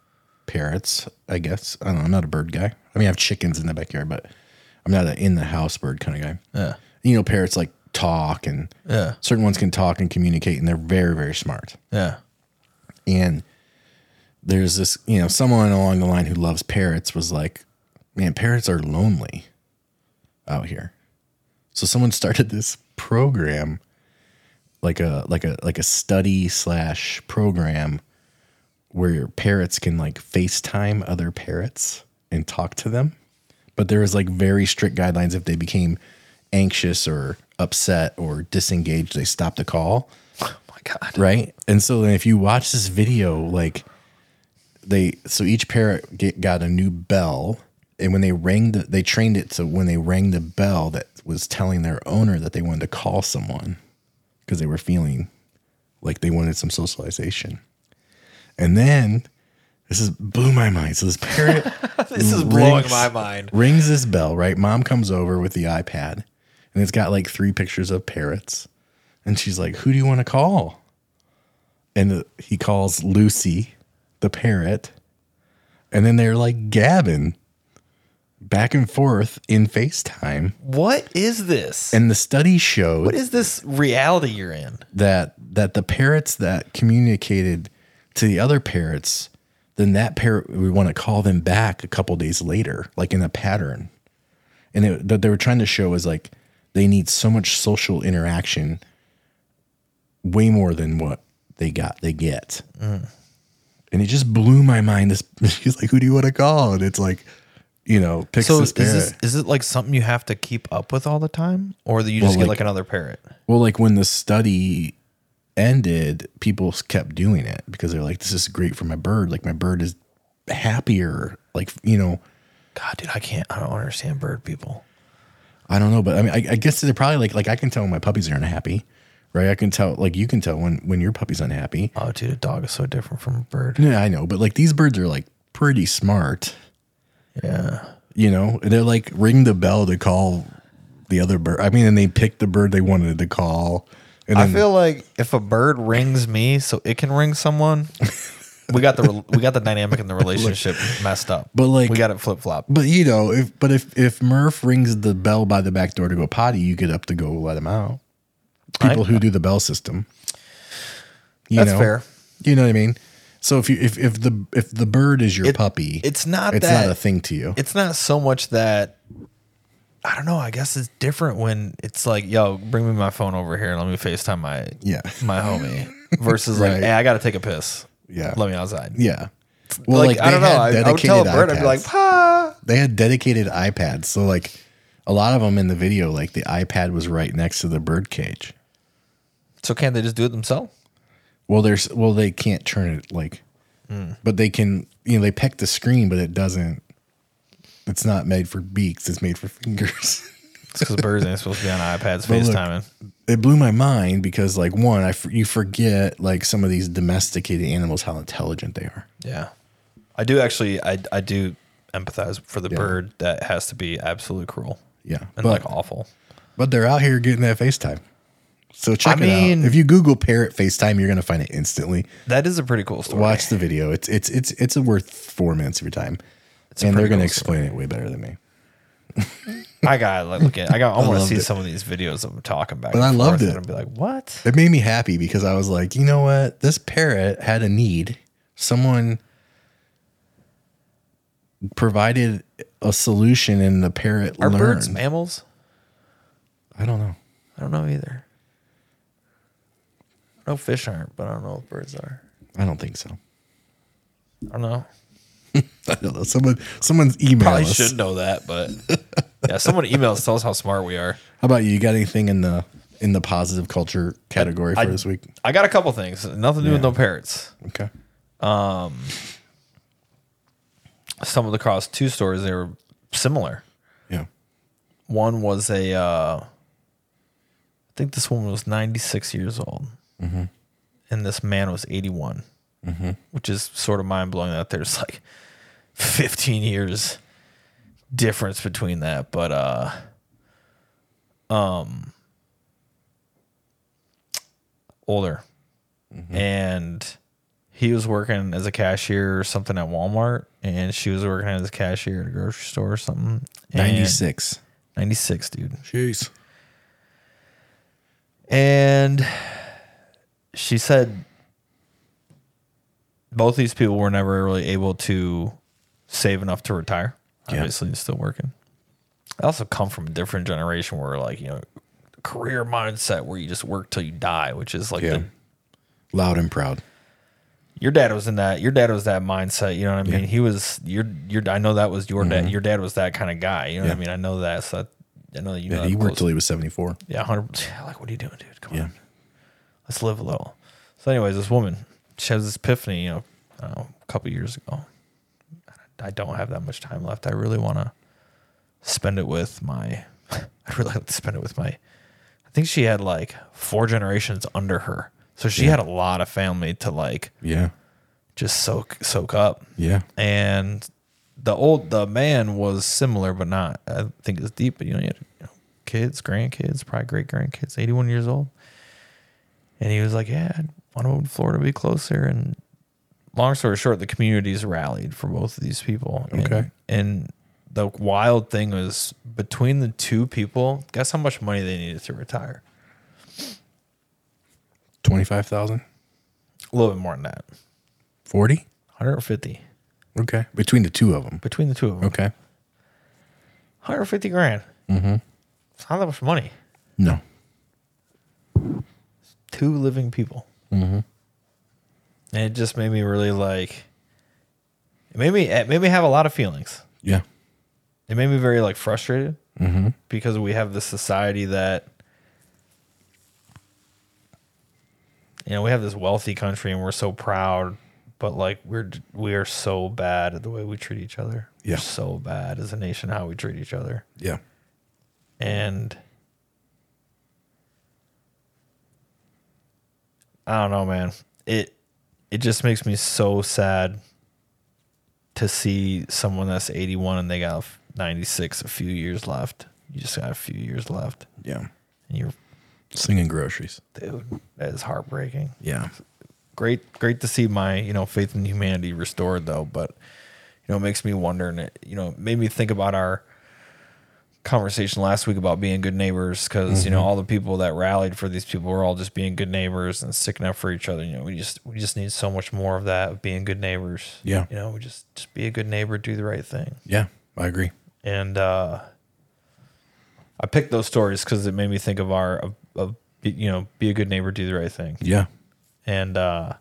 parrots, I guess. I don't know. I'm not a bird guy. I mean, I have chickens in the backyard, but I'm not an in the house bird kind of guy.
Yeah.
You know, parrots like talk and
Yeah.
certain ones can talk and communicate and they're very, very smart.
Yeah.
And there's this, you know, someone along the line who loves parrots was like, man, parrots are lonely out here. So someone [laughs] started this program, like a like a like a study slash program where your parrots can like FaceTime other parrots and talk to them. But there was like very strict guidelines if they became anxious or upset or disengaged, they stopped the call
Oh my god.
right? And so then if you watch this video, like they so each parrot get, got a new bell, and when they rang the they trained it so when they rang the bell that was telling their owner that they wanted to call someone because they were feeling like they wanted some socialization, and then. This is blew my mind. So this parrot
[laughs] This is blowing my mind.
Rings this bell, right? Mom comes over with the iPad and it's got like three pictures of parrots. And she's like, Who do you want to call? And the, he calls Lucy, the parrot. And then they're like gabbing back and forth in FaceTime.
What is this?
And the study showed
what is this reality you're in?
that that the parrots that communicated to the other parrots, then that parrot we want to call them back a couple days later, like in a pattern. And it, that they were trying to show is like they need so much social interaction, way more than what they got they get. And it just blew my mind. This [laughs] she's like, "Who do you want to call?" And it's like, you know, picks
So
this
is
parrot.
this is it like something you have to keep up with all the time, or that you just
Well,
get
like-
like another parrot?
Well, like when the study ended, people s- kept doing it because they're like, this is great for my bird. Like my bird is happier. Like, you know,
God, dude, I can't. I don't understand bird people.
I don't know, but I mean, I, I guess they're probably like, like I can tell when my puppies are unhappy, right? I can tell, like you can tell when, when your puppy's unhappy.
Oh, dude, a dog is so different from a bird.
Yeah, I know. But like these birds are like pretty smart,
Yeah.
you know, and they're like ring the bell to call the other bird. I mean, and they picked the bird they wanted to call. And
I
then,
feel like if a bird rings me, so it can ring
[laughs]
someone. We got the rel- we got the dynamic in the relationship messed up.
But, like-
we got it flip flop.
But you know, if but if if Murph rings the bell by the back door to go potty, you get up to go let him out. People who do the bell system. You
That's
know?
fair.
You know what I mean? So if you if if the if the bird is your puppy,
It's not
it's
that
not a thing to you.
it's not so much that I don't know. I guess it's different when it's like, yo, bring me my phone over here and let me Facetime my
Yeah.
my homie.
[laughs]
Versus
Right.
like, hey, I gotta take a piss.
Yeah.
let me outside.
yeah. Well,
Well, like, I don't know. I, I would tell a bird, I'd be like,
iPads.
pa.
they had dedicated iPads. So like a lot of them in the video, like the iPad was right next to the bird cage.
So can't they just do it themselves?
Well, there's well, they can't turn it like,
Hmm.
but they can. You know, they peck the screen, but it doesn't. It's not made for beaks. It's made for [laughs] fingers.
It's because birds ain't supposed to be on
[laughs]
iPads
But look-
FaceTiming.
it blew my mind because, like, one, I f- you forget like some of these domesticated animals how intelligent they are.
Yeah. I do actually, I, I do empathize for the bird that has to be absolutely cruel
Yeah,
and
but
like awful.
but they're out here getting that FaceTime. So check
I
it
mean-
out. If you Google parrot FaceTime, you're gonna find it instantly.
That is a pretty cool story.
Watch the video. It's it's it's it's worth four minutes of your time,
a
and they're
pretty
gonna
cool
explain it way better than me.
I gotta like, look at.
[laughs]
I got. I, want to
loved
see
it.
some of these videos I'm talking about.
But I loved it.
And be like, what?
it made me happy because I was like, you know what? This parrot had a need. Someone provided a solution and the parrot
Are
learned.
birds mammals?
I don't know.
I don't know either. I know fish aren't, but I don't know if birds are.
I don't think so. [laughs]
I don't know.
I don't know. Someone someone's email
Probably
us.
should know that, but [laughs] yeah, someone emails tell us how smart we are.
How about you? You got anything in the in the positive culture category for
I-
this week?
I got a couple things. Nothing to do with no parrots.
Okay.
Stumbled across two stories. They were similar.
Yeah.
One was a, uh, I think this woman was 96 years old, and this man was 81, which is sort of mind blowing that there's like 15 years difference between that. But, uh, um, older, and he was working as a cashier or something at Walmart, and she was working as a cashier at a grocery store or something. And-
Ninety six.
96, dude.
Jeez.
And she said both these people were never really able to save enough to retire.
Yeah.
Obviously, it's still working. I also come from a different generation where, like, you know, career mindset where you just work till you die, which is like
Yeah.
the
Loud and proud.
your dad was in that your dad was that mindset you know what i mean he was your your i know that was your dad your dad was that kind of guy you know what i
Mm-hmm. Yeah.
mean i know that so i, I know you know
Yeah,
that
he worked
close-
till he was seventy four.
Yeah, hundred. Like, what are you doing, dude? Come
Yeah.
on, let's live a little. So, anyways, this woman, she has this epiphany. You know, I don't know, a couple years ago. I don't have that much time left. I really want to spend it with my. [laughs] I'd really like to spend it with my. I think she had like four generations under her, so she had a lot of family to like
Yeah.
just soak soak up
Yeah.
and the old the man was similar but not i think as deep but you know he had you know, kids grandkids probably great grandkids 81 years old and he was like yeah i want to move to florida be closer and long story short the communities rallied for both of these people And-
Okay.
and the wild thing was between the two people guess how much money they needed to retire
Twenty five thousand.
a little bit more than that
Forty.
150
Okay. Between the two of them.
between the two of them
Okay.
150 grand mm-hmm. it's not that much money
No.
two living people. Mm-hmm. And it just made me really like. It made me it made me have a lot of feelings.
Yeah.
It made me very like frustrated because we have this society that. You know, we have this wealthy country and we're so proud, but like we're we are so bad at the way we treat each other.
Yeah.
We're so bad as a nation how we treat each other
Yeah.
and I don't know, man. It it just makes me so sad to see someone that's 81 and they got 96 a few years left. You just got a few years left.
Yeah.
And you're
Slinging groceries.
dude, that is heartbreaking.
Yeah.
Great great to see my, you know, faith in humanity restored though, but you know, it makes me wonder and it, you know, it made me think about our conversation last week about being good neighbors because you know all the people that rallied for these people were all just being good neighbors and sticking up for each other you know we just we just need so much more of that of being good neighbors
Yeah.
you know we just just be a good neighbor do the right thing
Yeah. I agree.
and uh i picked those stories because it made me think of our of, of you know be a good neighbor do the right thing
Yeah.
and uh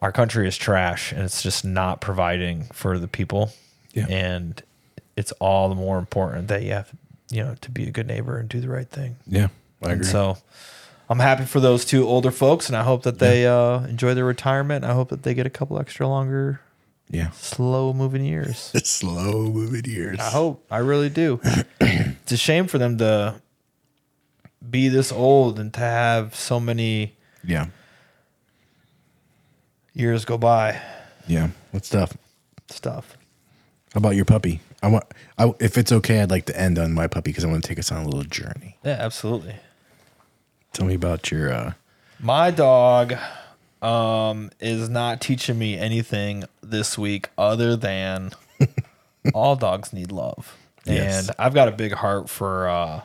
our country is trash and it's just not providing for the people
Yeah.
and it's all the more important that you have you know to be a good neighbor and do the right thing
Yeah. I
and
agree.
so i'm happy for those two older folks and i hope that they uh enjoy their retirement i hope that they get a couple extra longer
yeah.
slow moving years
Slow moving years.
i hope i
[clears throat]
really do it's a shame for them to be this old and to have so many
Yeah.
years go by
Yeah. That's tough.
stuff
How about your puppy? I want. I, if it's okay, I'd like to end on my puppy because I want to take us on a little journey.
Yeah, absolutely.
Tell me about your. uh
My dog um, is not teaching me anything this week other than all dogs need love.
Yes.
And I've got a big heart for uh,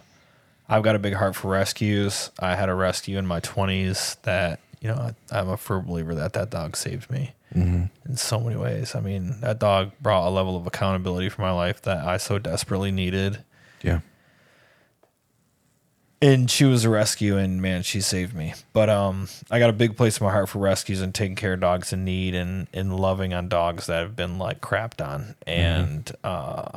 I've got a big heart for rescues. I had a rescue in my 20s that, you know, I, I'm a firm believer that that dog saved me in so many ways. I mean, that dog brought a level of accountability for my life that I so desperately needed.
Yeah.
and she was a rescue and man she saved me but um i got a big place in my heart for rescues and taking care of dogs in need and and loving on dogs that have been like crapped on and uh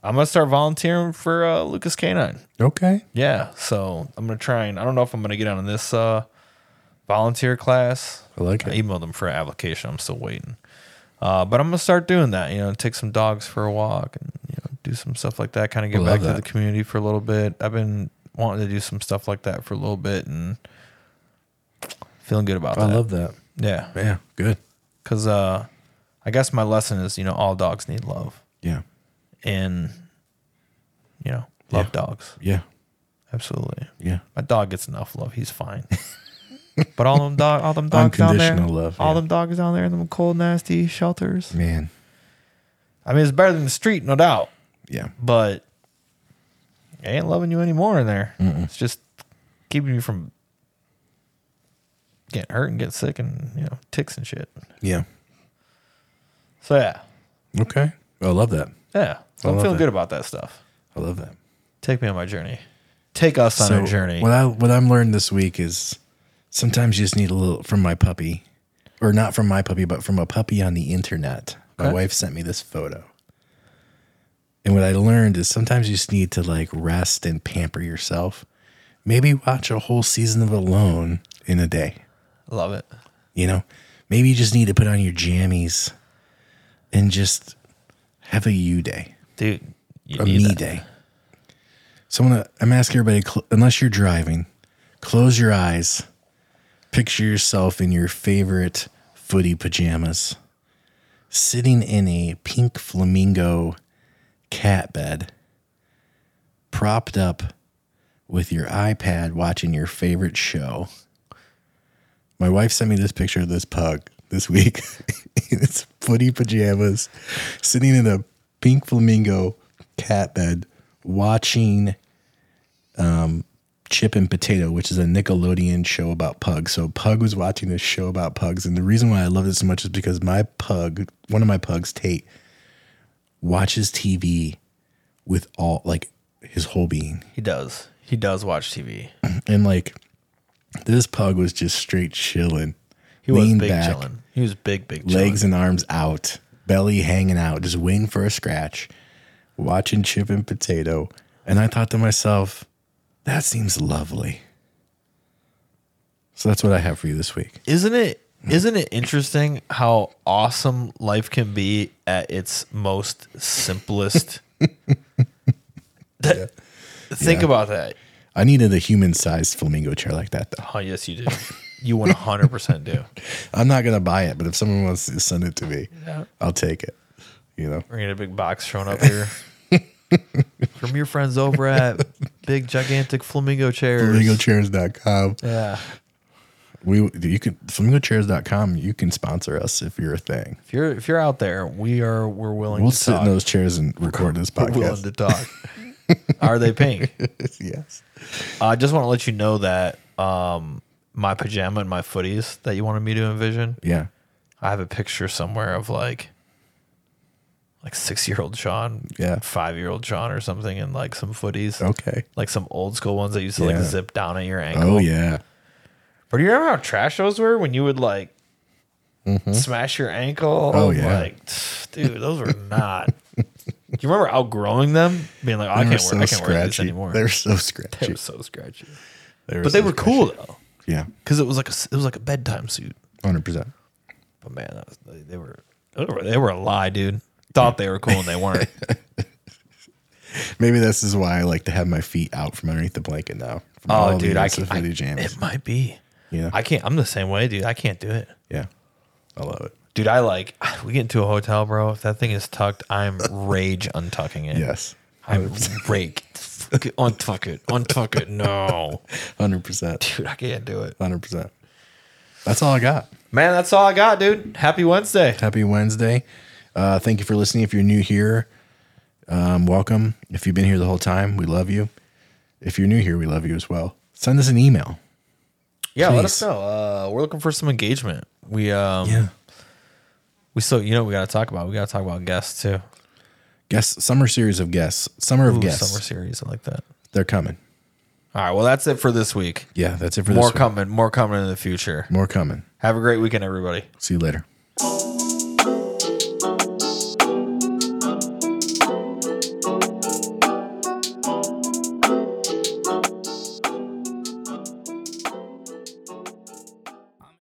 I'm gonna start volunteering for uh, Lucas Canine.
Okay.
Yeah, so I'm gonna try and I don't know if I'm gonna get on this uh, volunteer class.
I like
I
it.
emailed them for an application. I'm still waiting, uh, but I'm gonna start doing that. You know, take some dogs for a walk and you know do some stuff like that. Kind of get
Love
back
that.
to the community for a little bit. I've been wanting to do some stuff like that for a little bit and feeling good about
I
that.
love that.
yeah,
Yeah. Good.
because uh, I guess my lesson is you know all dogs need love
Yeah.
and you know love
Yeah.
dogs
Yeah.
absolutely.
Yeah.
My dog gets enough love. He's fine. [laughs] but all them dog, all them dogs down there,
Unconditional love,
all
yeah.
them dogs down there in them cold, nasty shelters.
Man.
I mean, it's better than the street, no doubt.
Yeah.
But I ain't loving you anymore in there. It's just keeping you from getting hurt and getting sick and you know ticks and shit.
Yeah.
So yeah,
Okay. I love that.
yeah. So
I
I'm
love
feeling
that.
good about that stuff.
I love that.
Take me on my journey. Take us on our journey.
What I what I'm learned this week is sometimes you just need a little from my puppy, or not from my puppy, but from a puppy on the internet. My
Okay.
wife sent me this photo, and what I learned is sometimes you just need to like rest and pamper yourself. Maybe watch a whole season of Alone in a day.
Love it.
You know, maybe you just need to put on your jammies and just have a you day
Dude, you
a
need
me
that.
day. So I'm, gonna, I'm asking everybody, cl- unless you're driving, close your eyes, picture yourself in your favorite footy pajamas, sitting in a pink flamingo cat bed, propped up with your iPad, watching your favorite show. My wife sent me this picture of this pug this week [laughs] in its footy pajamas, sitting in a pink flamingo cat bed, watching um, Chip and Potato, which is a Nickelodeon show about pugs. So Pug was watching this show about pugs, and the reason why I love it so much is because my pug, one of my pugs, Tate, watches TV with all like his whole being
He does. He does watch TV.
and like this pug was just straight chilling.
He was
Lean
big
back.
chilling. He was big, big chilling.
legs and arms out, belly hanging out, just waiting for a scratch, watching Chip and Potato. And I thought to myself, that seems lovely. So that's what I have for you this week.
Isn't it? Isn't it interesting how awesome life can be at its most
[laughs]
simplest? That- Think about that.
I needed a human sized flamingo chair like that, though.
Oh yes, you do. You one hundred percent do.
I'm not going to buy it, but if someone wants to send it to me,
Yeah.
I'll take it. You know?
We're gonna get a big box thrown up
[laughs]
here from your friends over at Big Gigantic Flamingo Chairs.
FlamingoChairs.com.
Yeah.
We you can FlamingoChairs.com. You can sponsor us if you're a thing.
If you're if you're out there, we are we're willing
We'll
to
sit
talk.
in those chairs and record
[laughs]
this
we're willing
podcast.
to talk. are they pink?
[laughs] yes.
I just want to let you know that um, my pajama and my footies that you wanted me to envision.
Yeah.
I have a picture somewhere of like, like six year old Sean,
Yeah.
five year old Sean or something, and like some footies,
Okay.
like some old school ones that used to
Yeah.
like zip down at your ankle.
Oh yeah.
But do you remember how trash those were when you would like smash your ankle?
Mm-hmm. Oh, yeah.
like dude, those were
[laughs]
not. do you remember outgrowing them, being like, oh, I
They were
can't wear, I can't wear these anymore.
They're so
they
scratchy.
were so scratchy,
were
but they
so
were
scratchy.
cool though.
Yeah.
because it was like a it was like a bedtime suit.
Hundred percent.
But man, that was, they, they were they were- they were a lie, dude. Thought they were cool and they weren't.
Maybe this is why I like to have my feet out from underneath the blanket now. From all
[laughs] oh,
the
dude, I
years of
can't. I,
footy jams.
it might be.
Yeah.
I can't. I'm the same way, dude. I can't do it,
yeah. I love it.
dude. I like [sighs] we get into a hotel, bro. If that thing is tucked, I'm rage untucking it.
Yes.
I'm rake. [laughs] Fuck it, Untuck it. Untuck it. No,
Hundred percent.
dude, I can't do it.
Hundred percent. That's all I got.
Man, that's all I got, dude. Happy Wednesday.
Happy Wednesday. Uh, thank you for listening. If you're new here, um, welcome. If you've been here the whole time, we love you. If you're new here, we love you as well. Send us an email.
Yeah, let us
Please.
know. Uh, we're looking for some engagement. We um, we still, you know, what we got to talk about. We got to talk about guests too.
Guest summer series of guests. Summer of
Ooh,
guests.
summer series. I like that.
They're coming.
All right. Well, that's it for this week.
Yeah, that's it for
more
this. week.
coming. More coming in the future.
More coming.
Have a great weekend, everybody.
See you later.